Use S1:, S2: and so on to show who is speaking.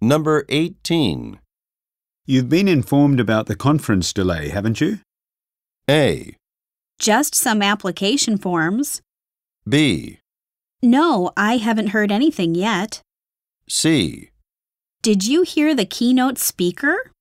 S1: Number 18.
S2: You've been informed about the conference delay, haven't you?
S1: A.
S3: Just some application forms.
S1: B.
S3: No, I haven't heard anything yet.
S1: C.
S3: Did you hear the keynote speaker?